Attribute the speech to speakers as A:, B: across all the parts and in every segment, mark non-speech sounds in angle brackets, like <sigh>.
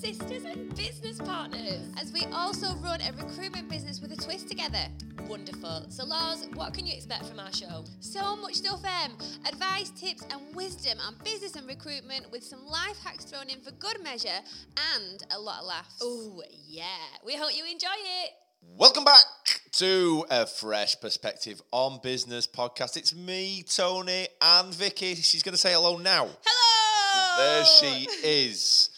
A: sisters and business partners, as we also run a recruitment business with a twist together. Wonderful. So, Lars, what can you expect from our show? So much stuff, Em. Advice, tips, and wisdom on business and recruitment with some life hacks thrown in for good measure and a lot of laughs. Oh, yeah. We hope you enjoy it.
B: Welcome back to a fresh perspective on business podcast. It's me, Tony, and Vicky. She's going to say hello now.
A: Hello!
B: There she is.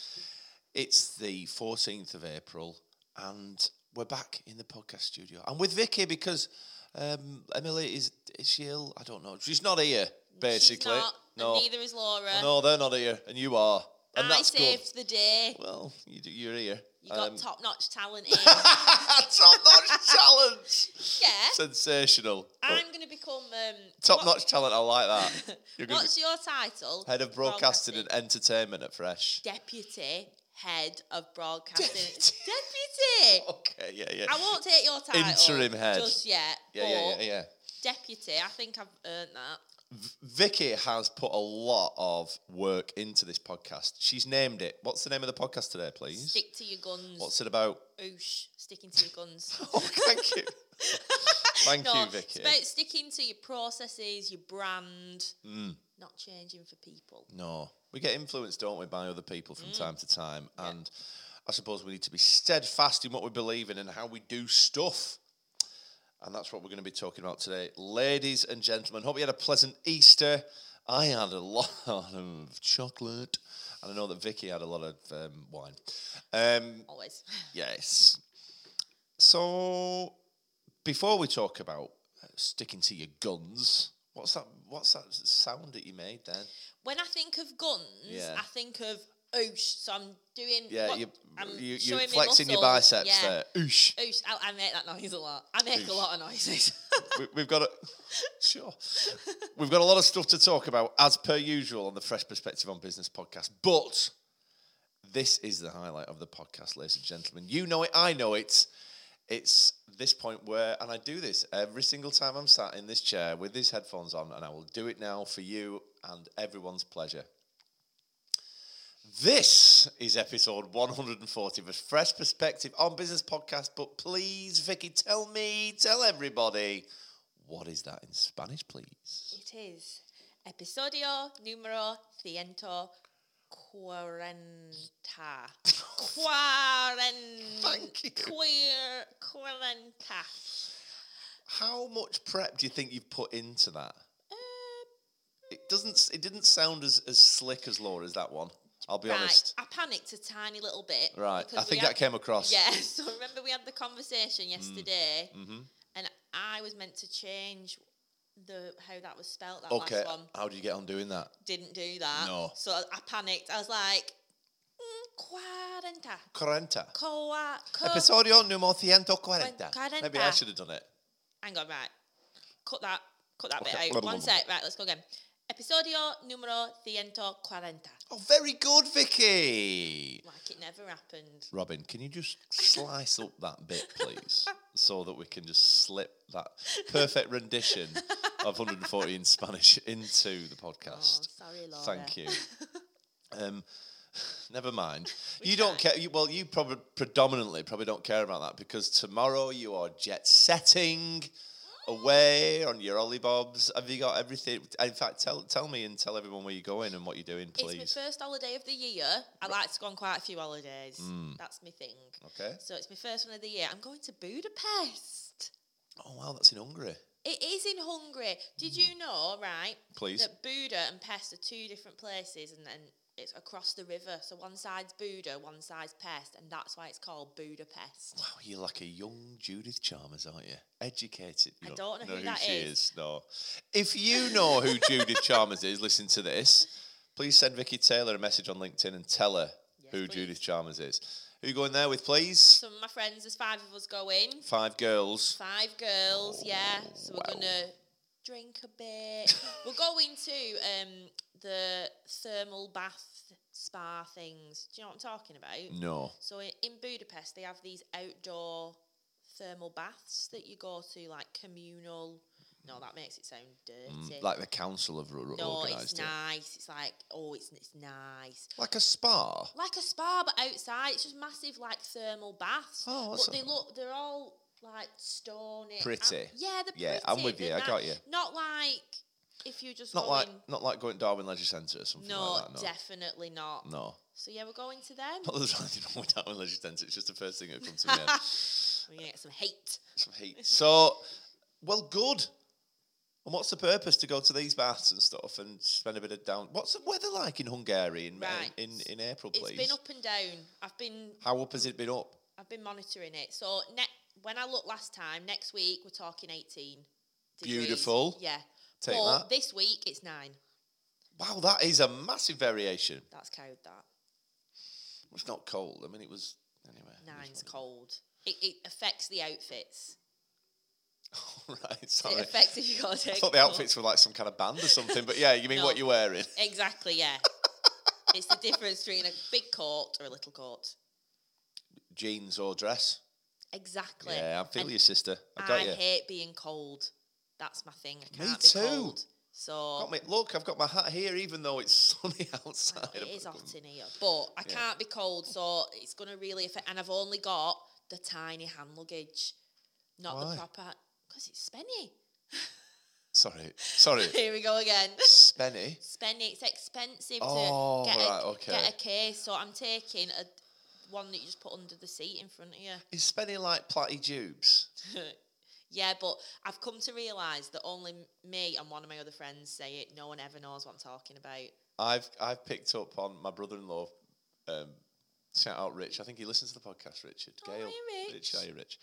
B: It's the 14th of April, and we're back in the podcast studio. I'm with Vicky because um, Emily is, is she ill? I don't know. She's not here, basically.
A: She's not,
B: no.
A: And neither is Laura.
B: no, they're not here, and you are. And
A: I
B: that's good.
A: saved the day.
B: Well, you, do- you're here.
A: You got
B: Um, <laughs>
A: top notch talent in.
B: top notch challenge.
A: yeah.
B: Sensational.
A: I'm going to become. Um,
B: Top
A: what-
B: notch talent, I like
A: <laughs>
B: that. You're going to
A: What's your title?
B: be head of broadcasting and e- entertainment at Fresh. <laughs>
A: Deputy Head of Broadcasting.
B: Deputy.
A: Deputy.
B: Okay, yeah, yeah.
A: I won't take your title.
B: Interim head.
A: Just yet.
B: yeah, yeah,
A: but
B: yeah, yeah.
A: Deputy, I think I've earned that.
B: Vicky has put a lot of work into this podcast. She's named it. What's the name of the podcast today, please?
A: Stick to your guns.
B: What's it about? <laughs>
A: Oosh. Sticking to your guns.
B: Oh, thank you.
A: <laughs>
B: thank
A: no,
B: you,
A: it's
B: Vicky.
A: about sticking to your processes, your brand,
B: Mm.
A: not changing for people.
B: No. We get influenced, don't we, by other people from time to time. And I suppose we need to be steadfast in what we believe in and how we do stuff. And that's what we're going to be talking about today. Ladies and gentlemen, hope you had a pleasant Easter. I had a lot <laughs> of chocolate. And I know that Vicky had a lot of um, wine. Um,
A: Always. <laughs>
B: yes. So, before we talk about sticking to your guns, what's that? What's that sound that you made then?
A: When I think of guns,
B: Yeah.
A: I think of oosh. So I'm doing.
B: Yeah,
A: what-
B: you,
A: I'm
B: you, you're
A: showing me
B: flexing your
A: muscles.
B: biceps
A: Yeah.
B: there.
A: <laughs>
B: Oosh.
A: Oosh, I, I make that noise a lot. I make a lot of noises. <laughs>
B: we, we've got a <laughs> sure. We've got a lot of stuff to talk about, as per usual, on the Fresh Perspective on Business podcast. But this is the highlight of the podcast, ladies and gentlemen. You know it, I know it. It's this point where, and I do this every single time I'm sat in this chair with these headphones on, and I will do it now for you and everyone's pleasure. This is episode 140 of a fresh perspective on business podcast. But please, Vicky, tell me, tell everybody, what is that in Spanish, please?
A: it is episodio número ciento
B: <laughs>
A: cuarenta. Cuarenta.
B: Thank you.
A: Queer cuarenta.
B: How much prep do you think you've put into that?
A: Um,
B: It doesn't. It didn't sound as, as slick as Laura's that one. I'll be
A: right,
B: honest.
A: I panicked a tiny little bit.
B: Right.
A: because
B: I
A: we
B: think
A: had-
B: that came across.
A: Yeah, <laughs> so remember we had the conversation
B: Mm.
A: yesterday,
B: Mhm.
A: and I was meant to change the how that was spelt. That
B: Okay.
A: last one
B: How do you get on doing that?
A: didn't do that.
B: No.
A: So I, I panicked. I was like, mm, cuarenta,
B: Quarenta.
A: coa, co-
B: Episodio numero 140.
A: Cuarenta.
B: Maybe I should have done it.
A: Hang on, right. Cut that. Cut that
B: Okay,
A: bit
B: blah,
A: out.
B: blah,
A: One
B: blah, blah.
A: sec. Right, let's go again. Episodio numero ciento cuarenta.
B: Oh, very good, Vicky.
A: Like it never happened.
B: Robin, can you just slice up that bit,
A: <laughs>
B: please, so that we can just slip that perfect rendition of 140 in Spanish into the
A: Oh,
B: podcast?
A: sorry, Laura.
B: Thank you.
A: <laughs>
B: Um, <sighs> never mind.
A: We
B: you don't
A: tried.
B: care. You, well, you probably predominantly probably don't care about that because tomorrow you are jet setting away on your ollie bobs. Have you got everything? In fact, tell tell me and tell everyone where you're going and what you're doing,
A: It's
B: please.
A: my first holiday of the year. I like to go on quite a few holidays.
B: Mm.
A: That's my thing. <laughs>
B: Okay.
A: So it's my first one of the year. I'm going to Budapest.
B: Oh wow, that's in Hungary.
A: It is in Hungary. Did you know, right,
B: Please.
A: that Buda and Pest are two different places and then it's across the river. So one side's Buda, one side's Pest, and that's why it's called Budapest.
B: Wow, Oh, you're like a young Judith Chalmers, aren't you? Educated. You
A: I don't know who that
B: she
A: is.
B: No. If you know who
A: <laughs>
B: Judith Chalmers is, listen to this. Please send Vicky Taylor a message on LinkedIn and tell her
A: Yes,
B: who
A: please.
B: Judith Chalmers is. Who you going there with, please?
A: Some of my friends, there's five of us going.
B: Five girls.
A: Five girls, yeah. So we're
B: Wow.
A: gonna drink a bit. we're going to um, the thermal bath spa things. Do you know what I'm talking about?
B: No.
A: So in, in Budapest, they have these outdoor thermal baths that you go to, like communal. No, that makes it sound dirty.
B: Mm, like the council have ru-
A: no, it's
B: organised it.
A: nice. It's like, oh, it's it's nice.
B: Like a spa.
A: Like a spa, but outside. It's just massive, like thermal baths.
B: Oh, that's
A: but they
B: a-
A: look, they're all like stony. and-
B: Pretty.
A: yeah, they're
B: Yeah,
A: pretty.
B: I'm with you,
A: they're
B: I
A: ni-
B: got you.
A: Not like if you're just
B: Not
A: going.
B: like not like going to Darwin Leisure Centre or something
A: no,
B: like that. No,
A: definitely not.
B: no. <laughs>
A: So yeah, we're going to them.
B: Not that there's anything wrong with Darwin Leisure Centre. It's just the first thing that comes to my head.
A: <laughs> we're gonna get some hate.
B: Some heat. So, well, good. And what's the purpose to go to these baths and stuff and spend a bit of down? What's the weather like in Hungary in
A: Right.
B: in, in, in April, please?
A: It's been up and down. I've been
B: How up has it been up?
A: I've been monitoring it. So ne- when I looked last time, next week we're talking 18. degrees.
B: Beautiful.
A: Yeah.
B: Take
A: but
B: that.
A: this week it's nine.
B: Wow, that is a massive variation.
A: That's cowed that.
B: It's not cold. I mean, it was anyway. it was
A: Nine's
B: <laughs> what-
A: cold. It, it affects the outfits.
B: right, sorry.
A: It affects if you got to
B: <laughs> I
A: take
B: thought the
A: them off.
B: outfits were like some kind of band or something, but yeah, you mean
A: <laughs>
B: what
A: No.
B: you're wearing?
A: Exactly,
B: <laughs>
A: yeah. it's the difference between a big coat or a little coat.
B: Jeans or dress?
A: Exactly.
B: Yeah, I feel
A: And
B: you, sister. I
A: I
B: got you.
A: hate being cold. That's my thing. I
B: Me
A: can't
B: too.
A: be cold. So
B: Got me- Look, I've got my hat here, even though it's <laughs> sunny outside. <laughs>
A: It
B: I've
A: is
B: got-
A: hot in here, but I
B: Yeah.
A: can't be cold, so it's going to really affect. And I've only got the tiny hand luggage, not
B: Why?
A: the proper, because it's spenny. <laughs>
B: Sorry, sorry.
A: Here we go again. <laughs>
B: Spenny.
A: spenny. It's expensive
B: Oh,
A: to get,
B: right,
A: a,
B: okay.
A: get a case, so I'm taking a one that you just put under the seat in front of you. <laughs>
B: Is Spenny like platy tubes?
A: yeah, but I've come to realise that only m- me and one of my other friends say it. No one ever knows what I'm talking about.
B: I've I've picked up on my brother-in-law. Um, shout out Rich. I think he listens to the podcast. Richard
A: Oh,
B: Gale.
A: hi, Rich.
B: Rich, are you Rich?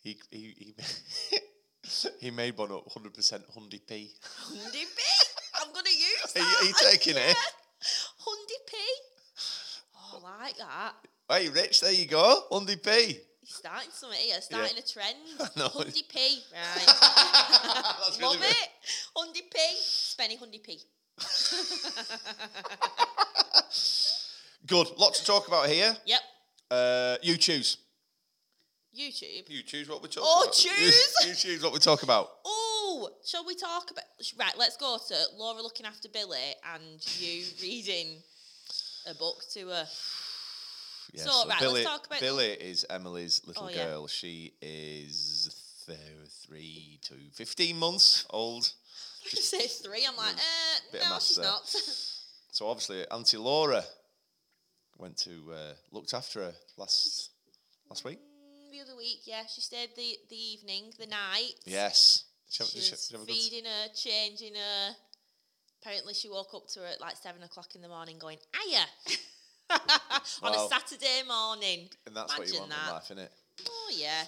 B: He he he. <laughs> He made one up 100% Hundy P.
A: Hundy P. I'm going to use
B: Are
A: that.
B: you, are you taking it?
A: Hundy P. Oh, I like that.
B: Hey, Rich, there you go.
A: <laughs>
B: Hundy P. <laughs>
A: He's starting something here, starting a trend.
B: know.
A: Hundy P.
B: <laughs>
A: Right.
B: That's
A: Love
B: good.
A: it. Hundy P. Spenny Hundy P.
B: Good. Lots to talk about here.
A: Yep.
B: Uh, you choose.
A: YouTube.
B: You choose what we talk
A: Oh,
B: about. <laughs>
A: choose.
B: you choose what we talk about.
A: Oh, shall we talk about. sh- Right, let's go to Laura looking after Billy and
B: <laughs>
A: you reading a book to her. <laughs>
B: Yeah,
A: So, right, let's
B: Billy,
A: talk about-
B: Billy is Emily's little
A: Oh, yeah.
B: girl. She is th- three to 15 months old.
A: You say three. I'm like, uh,
B: Mm. bit of
A: no,
B: maths
A: she's
B: there.
A: not. <laughs>
B: So obviously, Auntie Laura went to, uh, looked after her last last week.
A: Mm, the other week, yeah, she stayed the, the evening, the night.
B: Yes. Did you have-
A: She
B: did you
A: was
B: have a good-
A: feeding her, changing her. Apparently, she woke up to her at like seven o'clock in the morning, going "Aya" <laughs> on
B: Wow.
A: a Saturday morning.
B: and that's what you
A: Imagine
B: want
A: that.
B: in life, innit?
A: Oh yeah,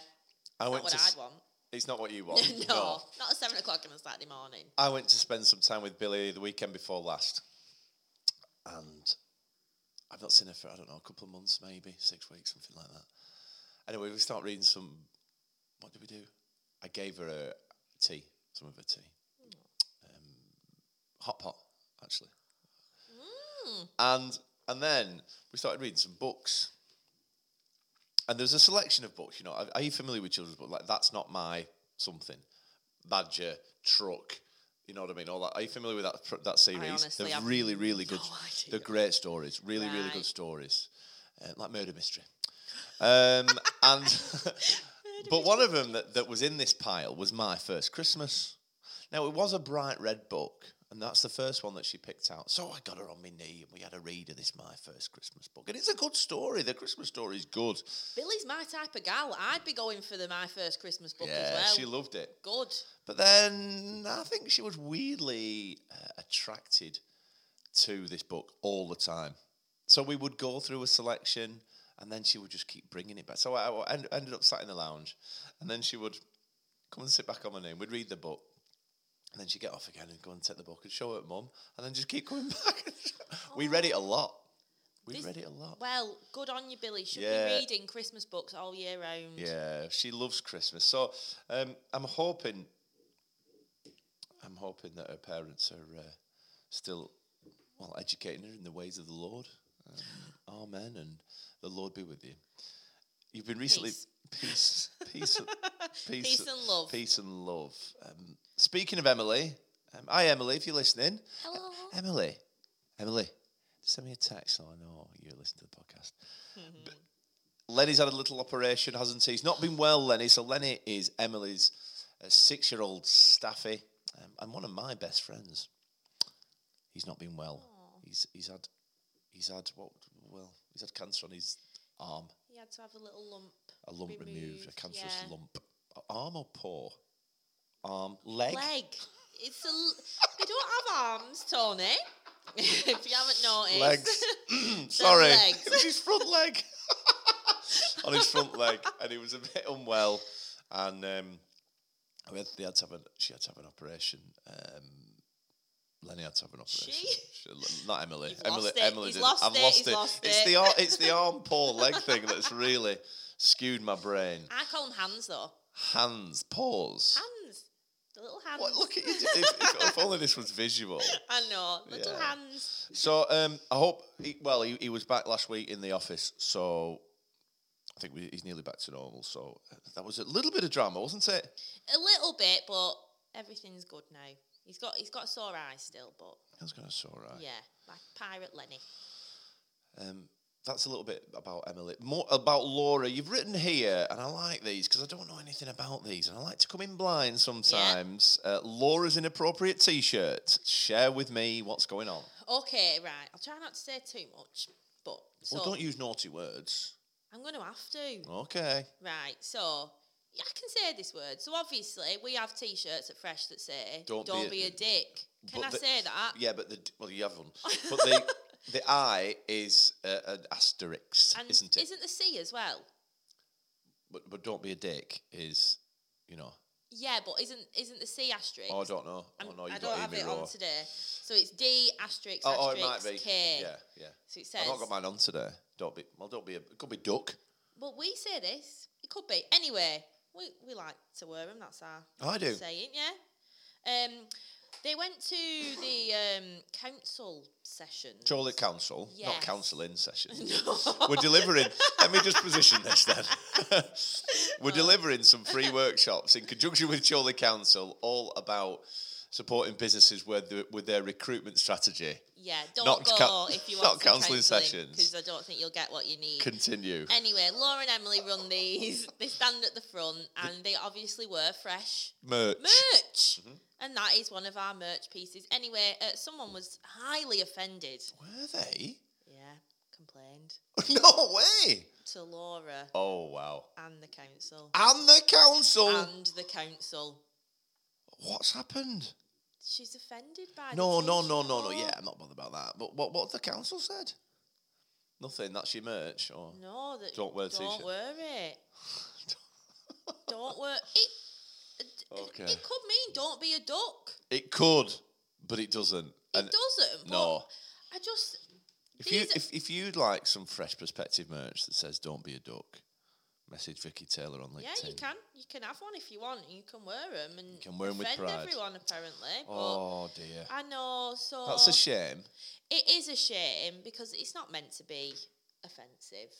B: I
A: not
B: went
A: what
B: to. s-
A: I'd want.
B: It's not
A: <laughs>
B: what you want.
A: no, not at seven o'clock on a Saturday morning.
B: I went to spend some time with Billy the weekend before last, and I've not seen her for I don't know a couple of months, maybe six weeks, something like that. Anyway, we start reading some. What did we do? I gave her a tea, some of her tea, um, hot pot actually,
A: Mm.
B: and and then we started reading some books. And there's a selection of books, you know. Are, are you familiar with children's books? Like that's not my something. Badger, Truck. You know what I mean? All that. Are you familiar with that pr- that series?
A: honestly
B: they're
A: have
B: really, really good.
A: no idea.
B: They're great stories. Really, really
A: Right.
B: good stories. Uh, like murder mystery.
A: <laughs>
B: Um, and <laughs> but one of them that, that was in this pile was my first Christmas. Now it was a bright red book, and that's the first one that she picked out. So I got her on my knee, and we had a read of this my first Christmas book, and it's a good story. The Christmas story is good.
A: Billy's my type of gal. I'd be going for the my first Christmas book
B: yeah,
A: as
B: she
A: well.
B: loved it.
A: Good.
B: But then I think she was weirdly uh, attracted to this book all the time. So we would go through a selection and then she would just keep bringing it back. So I, I end- ended up sat in the lounge and then she would come and sit back on my knee. We'd read the book and then she'd get off again and go and take the book and show it to mum and then just keep coming <laughs> back. we read it a lot. We
A: This-
B: read it a lot.
A: Well, good on you, Billy. Should be
B: Yeah.
A: reading Christmas books all year round.
B: Yeah, she loves Christmas. So um, I'm hoping, I'm hoping that her parents are uh, still, well, educating her in the ways of the Lord. Um, amen, and the Lord be with you. You've been recently
A: Peace.
B: Peace,
A: <laughs>
B: peace,
A: Peace and love.
B: peace and love. Um, speaking of Emily, um, hi Emily, if you're listening,
C: Hello.
B: Emily, Emily, just send me a text so I know you listen to the podcast.
A: Mm-hmm.
B: B- Lenny's had a little operation, hasn't he? He's not been well, Lenny. So Lenny is Emily's uh, six-year-old staffy um, and one of my best friends. He's not been well. He's he's had he's had what? Well, he's had cancer on his arm
A: He had to have a little lump.
B: a lump removed, a
A: removed,
B: cancerous
A: yeah.
B: lump. A- Arm or paw? Arm, leg.
A: Leg. It's a. L- they don't have arms, Tony. <laughs> if you haven't noticed. <clears throat>
B: Legs. <laughs> Sorry,
A: legs.
B: <laughs> it was his front
A: <laughs>
B: leg. On his front leg, and he was a bit unwell, and um, we had, they had to have an, she had to have an operation. Um, Lenny had to have an operation.
A: She?
B: <laughs> She- not Emily.
A: You've
B: Emily.
A: lost it,
B: Emily
A: he's
B: did.
A: lost
B: I've
A: it,
B: lost
A: he's
B: it.
A: lost
B: it's
A: it.
B: the ar- it's
A: <laughs>
B: the arm, paw, leg thing that's really skewed my brain.
A: <laughs> I call them hands though.
B: Hands, paws.
A: Hands. The little hands.
B: What, look at you! do- If, if, if only this was visual.
A: <laughs> I know. Little
B: Yeah.
A: hands.
B: So um, I hope. He, well, he, he was back last week in the office, so I think we, he's nearly back to normal. So uh, that was a little bit of drama, wasn't it?
A: A little bit, but everything's good now. He's got he's got a sore eye still, but
B: I was going to say, all right.
A: yeah, like pirate Lenny.
B: Um, that's a little bit about Emily. More about Laura. You've written here, and I like these because I don't know anything about these, and I like to come in blind sometimes. Uh, Laura's inappropriate T-shirt. Share with me what's going on.
A: Okay, right. I'll try not to say too much, but so
B: well, don't use naughty words.
A: I'm going to have to.
B: Okay.
A: Right, so yeah, I can say this word. So obviously, we have T-shirts at Fresh that say
B: Don't
A: "Don't,
B: be a-
A: be, a, dick." Can
B: but
A: I
B: the-
A: say that?
B: Yeah, but the <laughs> well, you have one. But the the I is uh, an asterisk,
A: <laughs> and
B: isn't it?
A: Isn't the C as well?
B: but but don't be a dick is, you know.
A: Yeah, but isn't isn't the C asterisk?
B: Oh, I don't know.
A: I'm-
B: oh no, you
A: I
B: have
A: don't
B: got
A: have
B: Amy
A: it
B: Raw.
A: on today. So it's D asterisk
B: Oh, oh, it
A: asterisk
B: might be.
A: K.
B: Yeah, yeah.
A: So it
B: I've
A: says.
B: not got mine on today. Don't be. Well, don't be. A, it could be duck.
A: Well, we say this. It could be. Anyway, we, we like to wear them. That's our
B: Oh, I do.
A: saying, yeah. Um, they went to the um, council session.
B: Charlotte Council, not
A: Yes.
B: counselling session.
A: <laughs>
B: We're delivering. let me just position this then. <laughs> We're
A: Oh.
B: delivering some free workshops in conjunction with Charlotte Council, all about supporting businesses with, the, with their recruitment strategy.
A: Yeah, don't
B: Not
A: go
B: coun-
A: if
B: <laughs>
A: you
B: not
A: want some
B: counselling
A: counselling
B: sessions.
A: because I don't think you'll get what you need.
B: Continue.
A: anyway, Laura and Emily run these. <laughs> They stand at the front, and they obviously were fresh
B: Merch.
A: merch,
B: Mm-hmm.
A: and that is one of our merch pieces. Anyway, uh, someone was highly offended.
B: Were they? <laughs>
A: Yeah, complained
B: no way.
A: to Laura
B: Oh wow.
A: and the council
B: And the council.
A: and the council.
B: What's happened?
A: She's offended by the
B: No, no,
A: t-shirt.
B: no, no, no.
A: Oh,
B: Yeah, I'm not bothered about that. But what what the council said? Nothing. That's your merch, or
A: No, that
B: Don't wear the
A: Don't
B: t-shirt.
A: wear it. don't wear it. it-
B: Okay.
A: It could mean don't be a duck.
B: <laughs> it could, but it doesn't.
A: It
B: And
A: doesn't. but
B: no.
A: I just
B: If you
A: these are-
B: if, if you'd like some fresh perspective merch that says "Don't be a duck," message Vicky Taylor on LinkedIn.
A: yeah, you can you can have one if you want. You can wear them and
B: can wear 'em with
A: offend
B: pride.
A: everyone apparently. But
B: Oh dear,
A: I know. So
B: that's a shame.
A: it is a shame because it's not meant to be offensive.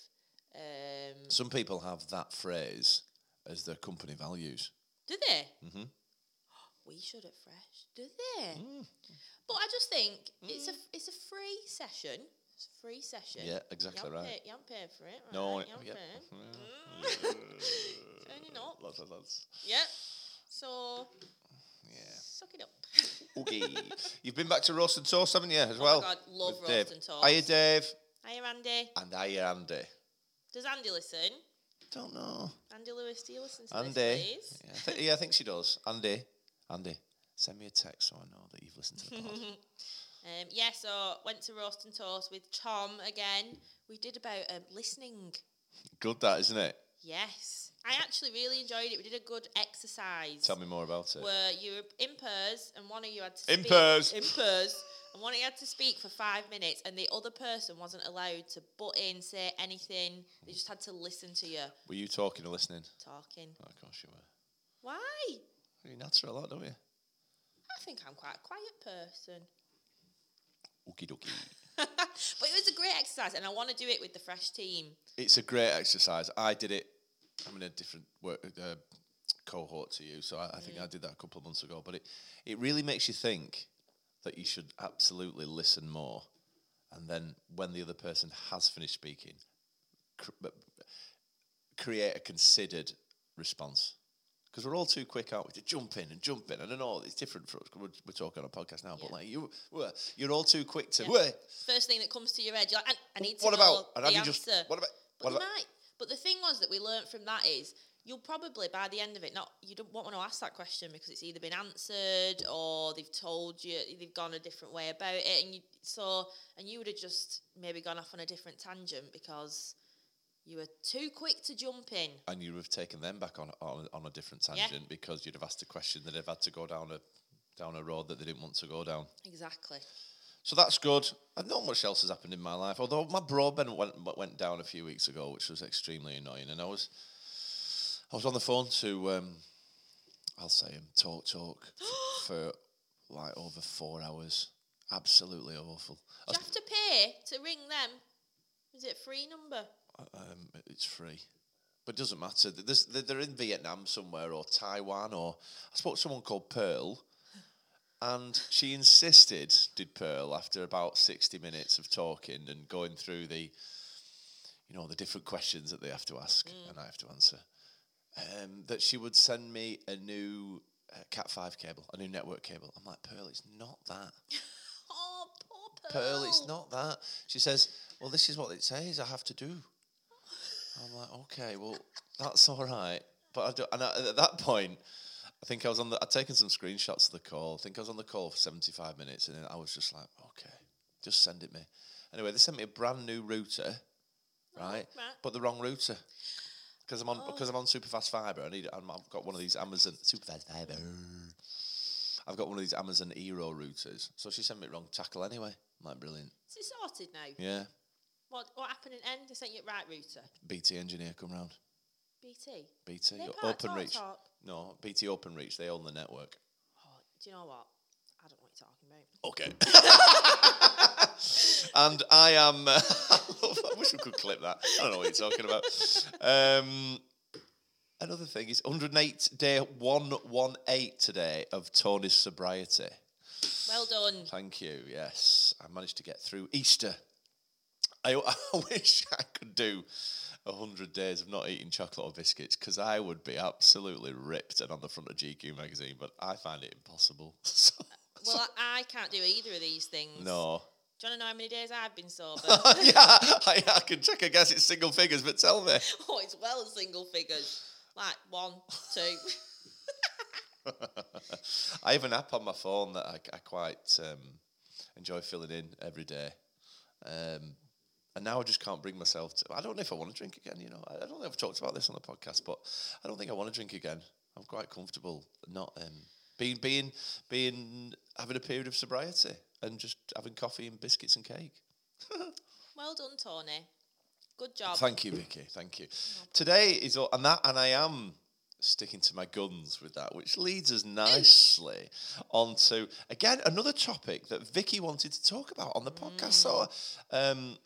A: Um,
B: Some people have that phrase as their company values.
A: do they?
B: hmm
A: <gasps> We should at fresh. Do they?
B: Mm-hmm. Mm.
A: But I just think it's a it's a free session. It's a free session.
B: Yeah, exactly
A: you
B: right.
A: haven't Paid, you haven't paid for it. Right?
B: No,
A: you
B: it-
A: haven't
B: yeah. <laughs>
A: paid. <laughs> Turning up.
B: Lots of lads.
A: Yep. So
B: Yeah.
A: suck it up. <laughs>
B: Okay. <laughs> You've been back to Roast and Toast, haven't you, as well?
A: Oh God, love
B: with
A: Roast
B: Dave.
A: and Toast.
B: Hiya, Dave.
A: Hiya, Andy.
B: And hiya, Andy.
A: Does Andy listen?
B: Don't know.
A: Andy Lewis, do you listen to
B: Andy.
A: this,
B: Yeah, I, thi- yeah, I think she does. Andy. Andy. Send me a text so I know that you've listened
A: <laughs>
B: to the pod.
A: please? Um, yeah, so went to Roast and Toast with Tom again. We did about um, listening.
B: Good, that, isn't it?
A: Yes. I actually really enjoyed it. We did a good exercise.
B: Tell me more about it.
A: where you were in pairs and one of you had to
B: In
A: speak,
B: pairs.
A: in pairs, and one of you had to speak for five minutes and the other person wasn't allowed to butt in, say anything. They just had to listen to you
B: Were you talking or listening?
A: talking.
B: Oh, of course you were.
A: Why?
B: You natter a lot, don't you?
A: I think I'm quite a quiet person.
B: Okie dokie.
A: <laughs> But it was a great exercise and I want to do it with the fresh team.
B: It's a great exercise. I did it I'm in a different work, uh, cohort to you, so I, I
A: Mm.
B: think I did that a couple of months ago. But it it really makes you think that you should absolutely listen more, and then when the other person has finished speaking, cr- but- create a considered response. Because we're all too quick, aren't we, to jump in and jump in? I don't know. It's different for us. 'cause We're, we're talking on a podcast now, but
A: Yeah.
B: like you, we're- you're all too quick to.
A: Yeah.
B: "Wait,
A: First thing that comes to your head, you're like, I, I need to
B: what
A: know
B: about? And
A: the
B: have you
A: answer.
B: just? What about?
A: But
B: What
A: you
B: about?
A: might. But the thing was that we learnt from that is you'll probably by the end of it not you don't want to ask that question because it's either been answered or they've told you they've gone a different way about it and you so and you would have just maybe gone off on a different tangent because you were too quick to jump in.
B: and you'd have taken them back on on, on a different
A: Yeah.
B: tangent because you'd have asked a question that they've had to go down a down a road that they didn't want to go down.
A: Exactly.
B: So that's good. And not much else has happened in my life, although my broadband went went down a few weeks ago, which was extremely annoying. And I was I was on the phone to um, I'll say him talk talk for like over four hours. Absolutely awful. I
A: Do
B: was-
A: you have to pay to ring them? Is it a free number?
B: um, it's free. But it doesn't matter. Th- This, th- they're in Vietnam somewhere or Taiwan or I spoke to someone called Pearl and she insisted, did Pearl, after about 60 minutes of talking and going through the, you know, the different questions that they have to ask and I have to answer, um, that she would send me a new uh, Cat5 cable, a new network cable. I'm like, Pearl, it's not that.
A: Oh, poor Pearl.
B: Pearl, it's not that. She says, Well, this is what it says I have to do. I'm like, Okay, well, that's all right. But I do, and I, at that point, I think I was on the, I'd taken some screenshots of the call. I think I was on the call for 75 minutes and then I was just like, Okay, just send it me. Anyway, they sent me a brand new router,
A: right.
B: right? But the wrong router. Because I'm on because I'm on superfast fiber. I need I'm, I've got one of these Amazon superfast fiber. I've got one of these Amazon Eero routers. So she sent me the wrong tackle anyway. I'm like brilliant.
A: Is it sorted now?
B: Yeah.
A: What what happened in end? They sent you right router.
B: BT engineer come round.
A: BT.
B: BT
A: They're
B: o-
A: part of
B: open reach.
A: TalkTalk.
B: No, BT open reach. They own the network.
A: Oh, do you know what? I don't know what you're talking about.
B: Okay. <laughs> and I am. <laughs> uh, I wish we could clip that. I don't know what you're talking about. Um, another thing is 108 day 118 today of Tony's sobriety.
A: Well done.
B: <laughs> Thank you. Yes, I managed to get through Easter. I, <laughs> I wish I could do a hundred days of not eating chocolate or biscuits because I would be absolutely ripped and on the front of GQ magazine. But I find it impossible. <laughs> So,
A: Well, I, I can't do either of these things.
B: no.
A: Do you want to know how many days I've been
B: <laughs>
A: sober? <laughs>
B: yeah, I, I can check. I guess it's single figures, but tell me.
A: oh, it's well single figures. Like one, two.
B: <laughs> I have an app on my phone that I, I quite um, enjoy filling in every day. Um, and now I just can't bring myself to. I don't know if I want to drink again, you know. I, I don't think I've talked about this on the podcast, but I don't think I want to drink again. I'm quite comfortable not um, being, being, being, having a period of sobriety and just having coffee and biscuits and cake.
A: well done, Tony. Good job.
B: Thank you, Vicky. Thank you. Today is all, and that, and I am sticking to my guns with that, which leads us nicely onto again another topic that Vicky wanted to talk about on the podcast. So,
A: Mm.
B: um,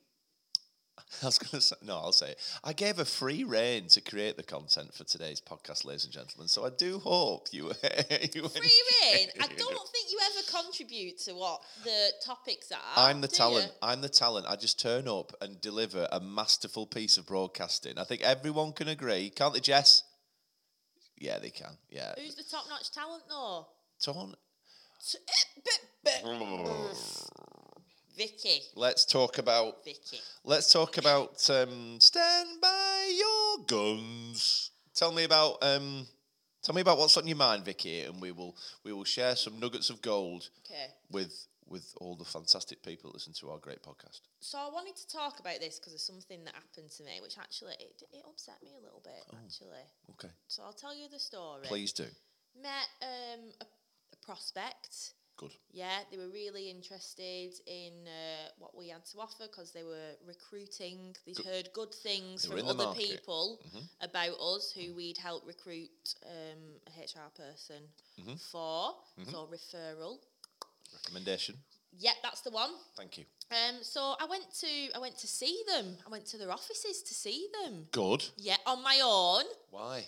B: <laughs> I was going to say, no, I'll say it. I gave her free reign to create the content for today's podcast, ladies and gentlemen. So I do hope you, <laughs> you
A: Free reign.
B: <laughs>
A: I don't think you ever contribute to what the topics are.
B: I'm the
A: Oh, do you?
B: talent. I'm the talent. I just turn up and deliver a masterful piece of broadcasting. I think everyone can agree, can't they, Jess? Yeah, they can. Yeah.
A: Who's the top notch talent, though?
B: Ton-
A: T- eh, but- but-
B: Mm.
A: Vicky.
B: Let's talk about.
A: Vicky.
B: Let's talk about. Um, stand by your guns. Tell me about. Um, tell me about what's on your mind, Vicky, and we will we will share some nuggets of gold
A: Okay.
B: with with all the fantastic people that listen to our great podcast.
A: So I wanted to talk about this because of something that happened to me, which actually it, it upset me a little bit. Actually,
B: Okay.
A: so I'll tell you the story.
B: Oh. Please do.
A: Met um, a, a prospect.
B: Good.
A: Yeah, they were really interested in uh, what we had to offer because they were recruiting. They'd heard good things
B: They were
A: from
B: in the
A: other
B: market. Mm-hmm.
A: people about us who we'd helped recruit um, a HR person
B: Mm-hmm.
A: for. So referral.
B: Recommendation.
A: Yeah, that's the one.
B: Thank you.
A: Um, so I went to I went to see them. I went to their offices to see them.
B: Good.
A: Yeah, on my own,
B: Why?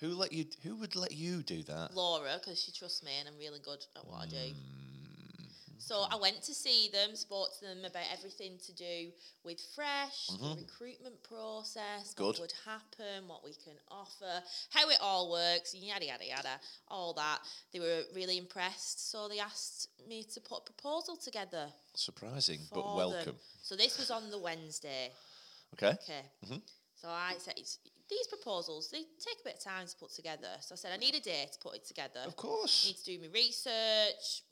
B: Who let you? Who would let you do that?
A: Laura, because she trusts me and I'm really good at what I do.
B: Mm,
A: So I went to see them, spoke to them about everything to do with Fresh, the recruitment process,
B: Mm-hmm. Good.
A: what would happen, what we can offer, how it all works, yada yada yada, all that. They were really impressed, so they asked me to put a proposal together.
B: Surprising,
A: for
B: but
A: them.
B: welcome.
A: So this was on the Wednesday.
B: Okay.
A: Okay.
B: Mm-hmm.
A: So I said, it's, these proposals, they take a bit of time to put together. So I said, I need a day to put it together.
B: Of course.
A: need to do my research,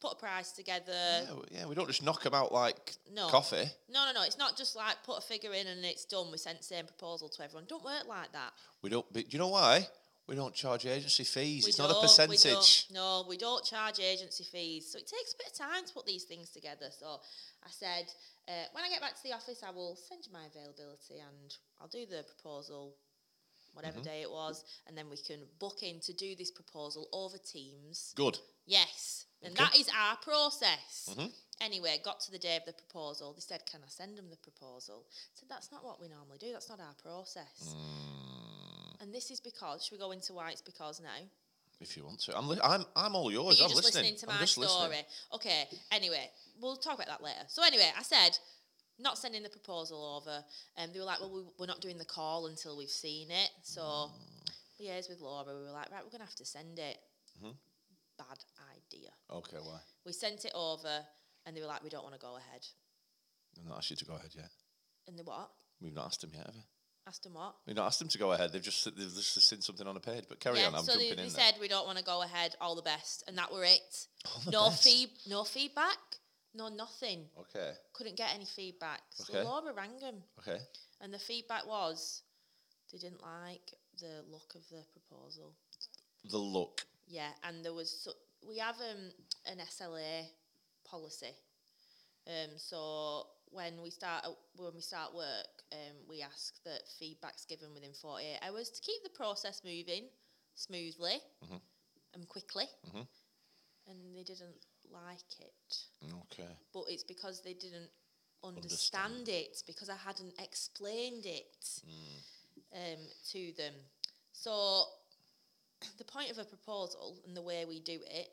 A: put a price together.
B: Yeah, w- yeah, we don't just knock them out like
A: No.
B: coffee.
A: No, no, no. It's not just like put a figure in and it's done. We sent the same proposal to everyone. Don't work like that.
B: We don't. But do you know why? We don't charge agency fees.
A: We
B: it's not a
A: don't- we don't-
B: percentage.
A: no, we don't charge agency fees. So it takes a bit of time to put these things together. So I said, uh, when I get back to the office, I will send you my availability and I'll do the proposal, whatever
B: Mm-hmm.
A: day it was, and then we can book in to do this proposal over Teams.
B: Good.
A: Yes. And
B: Okay. Mm-hmm.
A: that is our process. Anyway, got to the day of the proposal. They said, Can I send them the proposal? I said, That's not what we normally do. That's not our process.
B: Mm.
A: And this is because, should we go into why it's because now?
B: If you want to, I'm. Li- I'm. I'm all yours.
A: But
B: I'm
A: you're just listening, to
B: I'm
A: my
B: just
A: story.
B: listening.
A: Okay. Anyway, we'll talk about that later. So anyway, I said not sending the proposal over, and they were like, "Well, we, we're not doing the call until we've seen it." So liaised with Laura. We were like, "Right, we're gonna have to send it."
B: Mm-hmm.
A: Bad idea.
B: Okay. Why?
A: We sent it over, and they were like, "We don't want to go ahead."
B: I've not asked you to go ahead yet.
A: And they what?
B: We've not asked them yet, have we?
A: Asked them what?
B: We've not asked them to go ahead. They've just. They've just seen something on a page. But carry on. I'm
A: so
B: jumping
A: they,
B: in
A: they
B: there.
A: said we don't want to go ahead. All the best, and that were
B: <laughs>
A: it.
B: the
A: No
B: best.
A: feed, no feedback, no nothing.
B: okay.
A: Couldn't get any feedback. So
B: Okay.
A: Laura rang them.
B: Okay.
A: And the feedback was they didn't like the look of the proposal.
B: The look.
A: Yeah, and there was so, we have um, an SLA policy. Um, so when we start uh, when we start work, um, we ask that feedback's given within 48 hours to keep the process moving smoothly and quickly. And they didn't like it,
B: Okay.
A: but it's because they didn't understand, it because I hadn't explained it
B: Hmm.
A: um, to them. So <clears throat> the point of a proposal and the way we do it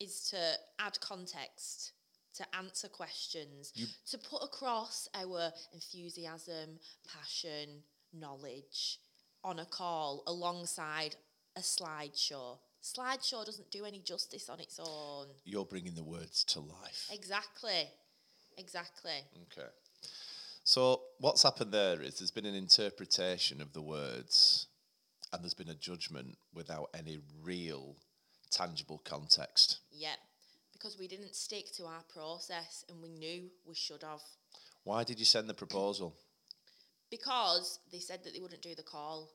A: is to add context, to answer questions, to put across our enthusiasm, passion, knowledge on a call alongside a slideshow. Slideshow doesn't do any justice on its own.
B: You're bringing the words to life.
A: Exactly. Exactly.
B: Okay. So what's happened there is there's been an interpretation of the words, and there's been a judgment without any real, tangible context.
A: Yeah. Because we didn't stick to our process and we knew we should have.
B: Why did you send the proposal?
A: Because they said that they wouldn't do the call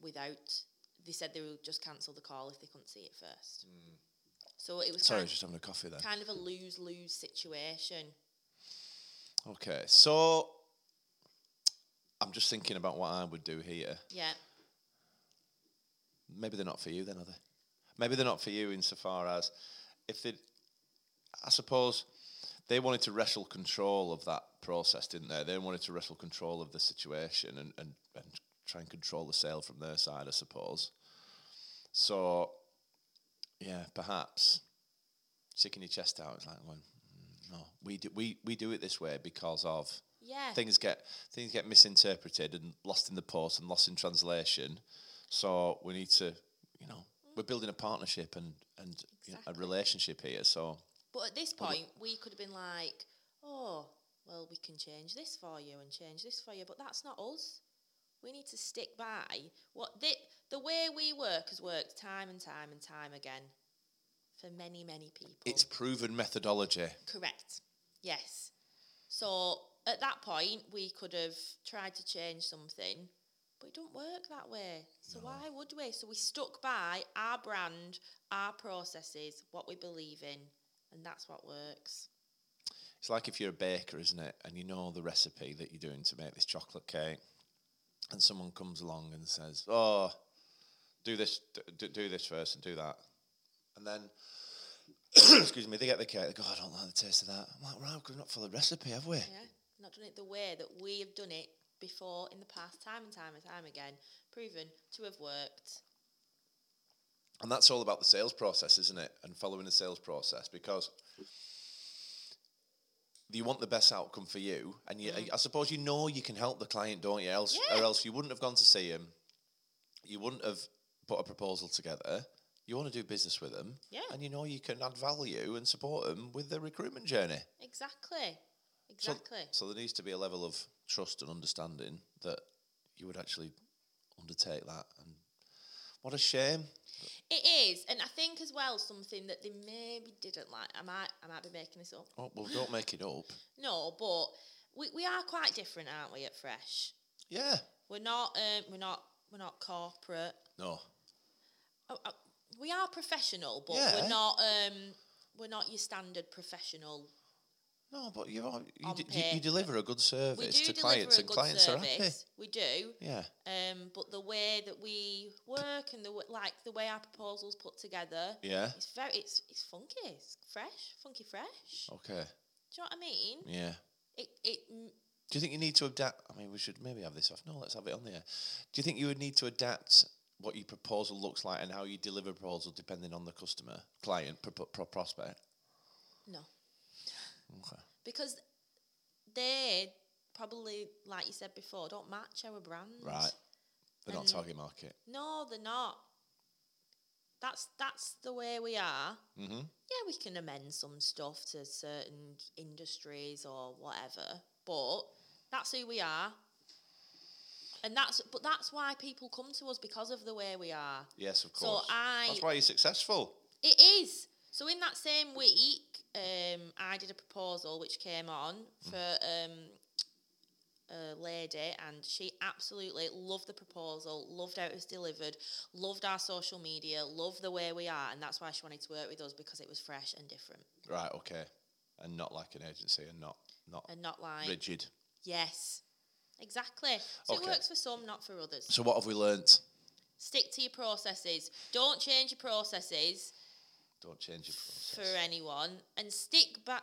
A: without, they said they would just cancel the call if they couldn't see it first. So it was
B: Mm. Sorry, I
A: kind,
B: was just having a coffee there.
A: kind of a lose lose situation.
B: Okay, so I'm just thinking about what I would do here.
A: Yeah.
B: Maybe they're not for you, then, are they? Maybe they're not for you insofar as if they, I suppose, they wanted to wrestle control of that process, didn't they? They wanted to wrestle control of the situation and, and, and try and control the sale from their side, I suppose. So, yeah, perhaps sticking your chest out is like, well, mm, no, we do, we, we do it this way because of
A: Yeah.
B: <laughs> things get things get misinterpreted and lost in the post and lost in translation. So we need to, you know, we're building a partnership and and you know, a relationship here. So
A: But at this point, we could have been like, oh, well, we can change this for you and change this for you, but that's not us. We need to stick by what the, the way we work has worked time and time and time again for many, many people.
B: it's proven methodology.
A: Correct. Yes. So at that point, we could have tried to change something, but it don't work that way. So why would we? So we stuck by our brand, our processes, what we believe in, and that's what works.
B: It's like if you're a baker, isn't it? And you know the recipe that you're doing to make this chocolate cake, and someone comes along and says, "Oh, do this, d- d- do this first, and do that," and then <coughs> excuse me, they get the cake. They go, "Oh, I don't like the taste of that. I'm like, right, we've not followed the recipe, have we?
A: Yeah, not done it the way that we have done it before in the past, time and time and time again, proven to have worked.
B: And that's all about the sales process, isn't it? And following the sales process because you want the best outcome for you. And you, I suppose you know you can help the client, don't you? Else, Or
A: Mm-hmm. Yeah.
B: else you wouldn't have gone to see him. You wouldn't have put a proposal together. You want to do business with them.
A: Yeah.
B: And you know you can add value and support them with their recruitment journey.
A: Exactly.
B: So-
A: Exactly.
B: So, there needs to be a level of trust and understanding that you would actually undertake that. And what a shame.
A: It is, and I think as well something that they maybe didn't like. I might, I might be making this up.
B: Oh, well, don't make it up.
A: No, but we, we are quite different, aren't we? At Fresh,
B: Yeah.
A: we're not, um, we're not, we're not corporate.
B: No.
A: Oh, uh, we are professional, but
B: Yeah.
A: we're not, um, we're not your standard professional.
B: No, but you are, you,
A: On
B: d- you, you
A: pay.
B: deliver a good service
A: We do
B: to
A: deliver
B: clients,
A: a
B: and
A: good
B: clients
A: service.
B: are happy.
A: We do.
B: Yeah.
A: Um, but the way that we work and the w- like the way our proposals put together,
B: Yeah.
A: it's very it's it's funky, it's fresh, funky fresh. Do
B: Okay.
A: you know what I mean?
B: Yeah.
A: It it m-
B: Do you think you need to adapt? I mean, we should maybe have this off. No, let's have it on the air. Do you think you would need to adapt what your proposal looks like and how you deliver a proposal depending on the customer, client, pro- pro- prospect?
A: no
B: Okay.
A: because they probably like you said before don't match our brand.
B: Right. They're not
A: And-
B: target market.
A: No, they're not. That's that's the way we are.
B: Mm-hmm.
A: Yeah, we can amend some stuff to certain industries or whatever, but that's who we are. And that's but that's why people come to us because of the way we are.
B: Yes, of
A: So
B: course.
A: I-
B: That's why you're successful.
A: It is. So in that same week, um, I did a proposal which came on for um, a lady, and she absolutely loved the proposal, loved how it was delivered, loved our social media, loved the way we are, and that's why she wanted to work with us because it was fresh and different
B: Right. Okay. And not like an agency, and not not
A: and not like
B: rigid.
A: yes, exactly. So
B: Okay.
A: it works for some, not for others.
B: So what have we learnt?
A: Stick to your processes. Don't change your processes.
B: Don't change your process.
A: for anyone and stick back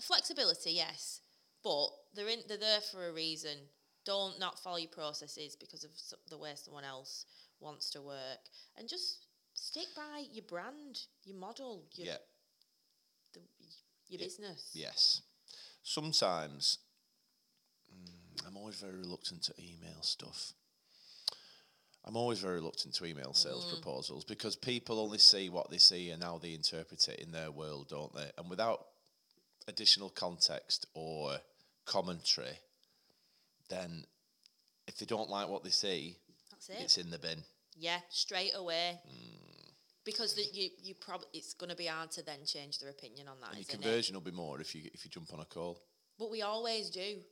A: flexibility yes but they're in they're there for a reason don't not follow your processes because of so- the way someone else wants to work and just stick by your brand your model your
B: Yeah.
A: the, your
B: Yeah.
A: business
B: Yes. Sometimes mm, I'm always very reluctant to email stuff. I'm always very reluctant to email sales
A: Mm.
B: proposals because people only see what they see and how they interpret it in their world, don't they? And without additional context or commentary, then if they don't like what they see,
A: that's it
B: it's Mm. in the bin.
A: yeah straight away because the, you you probably it's going to be hard to then change their opinion on that
B: And your
A: isn't it
B: conversion will be more if you if you jump on a call.
A: but we always do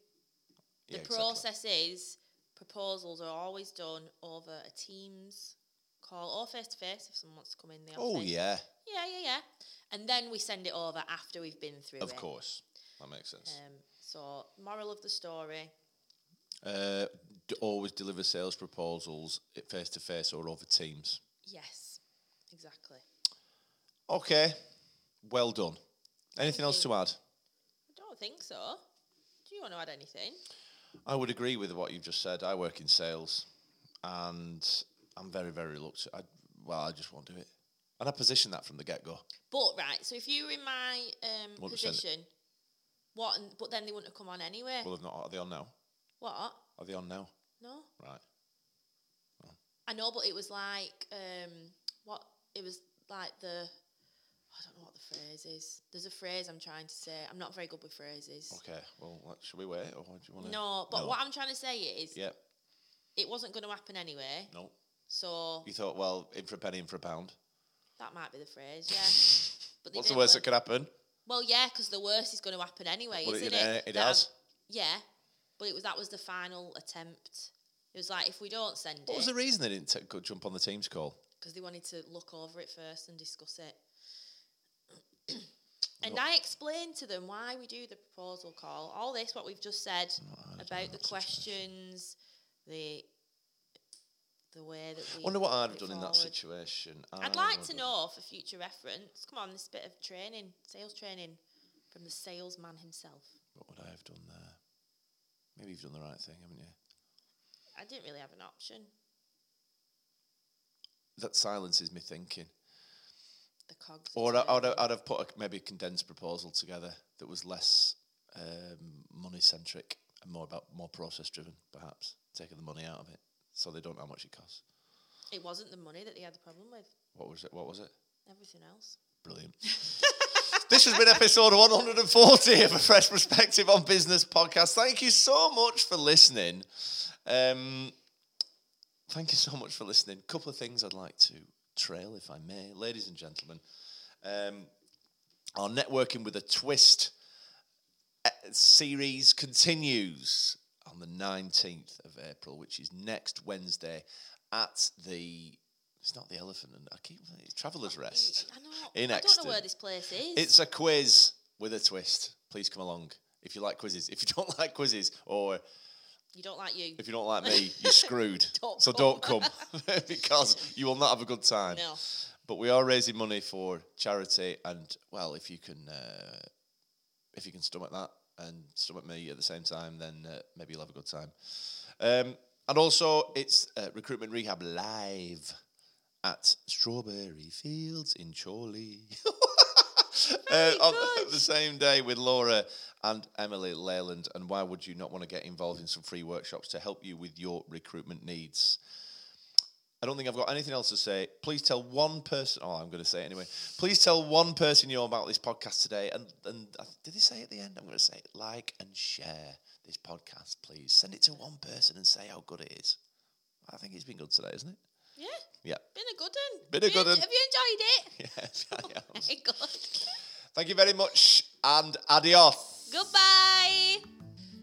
A: The
B: Yeah, exactly.
A: process is proposals are always done over a Teams call or face to face if someone wants to come in the office.
B: Oh yeah,
A: Yeah, yeah, yeah. And then we send it over after we've been through it.
B: of course. That makes sense.
A: Um, so, moral of the story
B: Uh, d- always deliver sales proposals face to face or over Teams.
A: yes, exactly.
B: Okay, well done. Anything else
A: you.
B: to add?
A: I don't think so. Do you want to add anything?
B: I would agree with what you've just said. I work in sales, and I'm very, very reluctant. I, well, I just won't do it, and I position that from the get go.
A: But, right, so if you were in my um,
B: 100%.
A: position, what, and- but then they wouldn't have come on anyway.
B: Well, they've not. Are they on now?
A: what?
B: Are they on now?
A: No?
B: Right.
A: I know, but it was like um, what it was like the I don't know what the phrase is. There's a phrase I'm trying to say. I'm not very good with phrases.
B: Okay. Well, let, should we wait, or do you want to?
A: No, but what I'm trying to say is
B: Yeah.
A: it wasn't going to happen anyway.
B: No.
A: So
B: You thought, well, in for a penny, in for a pound.
A: that might be the phrase,
B: <laughs>
A: yeah. But they
B: What's the
A: didn't
B: worst
A: learn-
B: that could happen?
A: Well, yeah, because the worst is going to happen anyway,
B: Well,
A: isn't it?
B: it, uh, it
A: That I've-
B: has.
A: Yeah, but it was that was the final attempt. It was like if we don't send
B: What was the
A: it,
B: reason they didn't t- go jump on the Teams call?
A: because they wanted to look over it first and discuss
B: <coughs>
A: it. and
B: Not-
A: I explained to them why we do the proposal call, all this, what we've just said
B: Not ideal
A: about the
B: situation.
A: questions, the the the way that we.
B: Wonder what I'd have
A: put
B: done
A: it
B: in that
A: forward.
B: situation.
A: I'd
B: I
A: like
B: would
A: to
B: have-
A: know for future reference. Come on, this bit of training, sales training, from the salesman himself.
B: What would I have done there? Maybe you've done the right thing, haven't you?
A: I didn't really have an option.
B: That silences me thinking.
A: The cogs.
B: Or I, I'd,
A: turning.
B: have, I'd have put a, maybe a condensed proposal together that was less um, money centric and more about more process driven, perhaps taking the money out of it, so they don't know how much it costs.
A: It wasn't the money that they had the problem with.
B: What was it? What was it?
A: Everything else.
B: Brilliant. this has been episode 140 of a Fresh Perspective on Business podcast. Thank you so much for listening. Um, thank you so much for listening. Couple of things I'd like to trail, if I may, ladies and gentlemen. Um, our networking with a twist uh, series continues on the 19th of April, which is next Wednesday at the. It's not the Elephant and I keep it's Traveller's Rest.
A: I know.
B: In
A: I don't know where
B: Exton.
A: this place is.
B: It's a quiz with a twist. Please come along if you like quizzes. If you don't <laughs> like quizzes, or
A: you don't like you.
B: if you don't like me, you're screwed.
A: <laughs> Don't
B: so
A: come.
B: don't come <laughs> because you will not have a good time.
A: No.
B: But we are raising money for charity, and well, if you can, uh, if you can stomach that and stomach me at the same time, then uh, maybe you'll have a good time. Um, and also, it's uh, recruitment rehab live at Strawberry Fields in Chorley. Uh, on
A: good.
B: the same day with Laura and Emily Leyland. And why would you not want to get involved in some free workshops to help you with your recruitment needs? I don't think I've got anything else to say. Please tell one person. Oh, I'm going to say it anyway. Please tell one person you know about this podcast today. And and I- did they say at the end? I'm going to say it. like and share this podcast, please. Send it to one person and say how good it is. I think it's been good today, isn't it?
A: Yeah.
B: Yeah.
A: Been a good one.
B: Been a
A: Have you
B: good one.
A: en- Have you enjoyed it?
B: <laughs> Yes, I am.
A: My <laughs> God.
B: Thank you very much and adios.
A: Goodbye.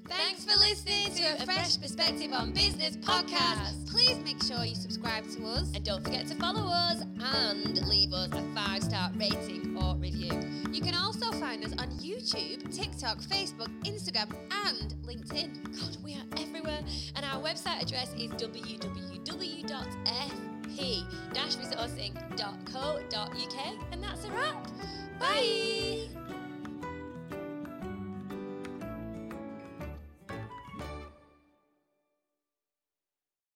C: Thanks for listening to A Fresh Perspective on Business podcast. Please make sure you subscribe to us and don't forget to follow us and leave us a five star rating or review. You can also find us on YouTube, TikTok, Facebook, Instagram, and LinkedIn. God, we are everywhere. And our website address is www.fp-resourcing.co.uk. And that's a wrap. Bye.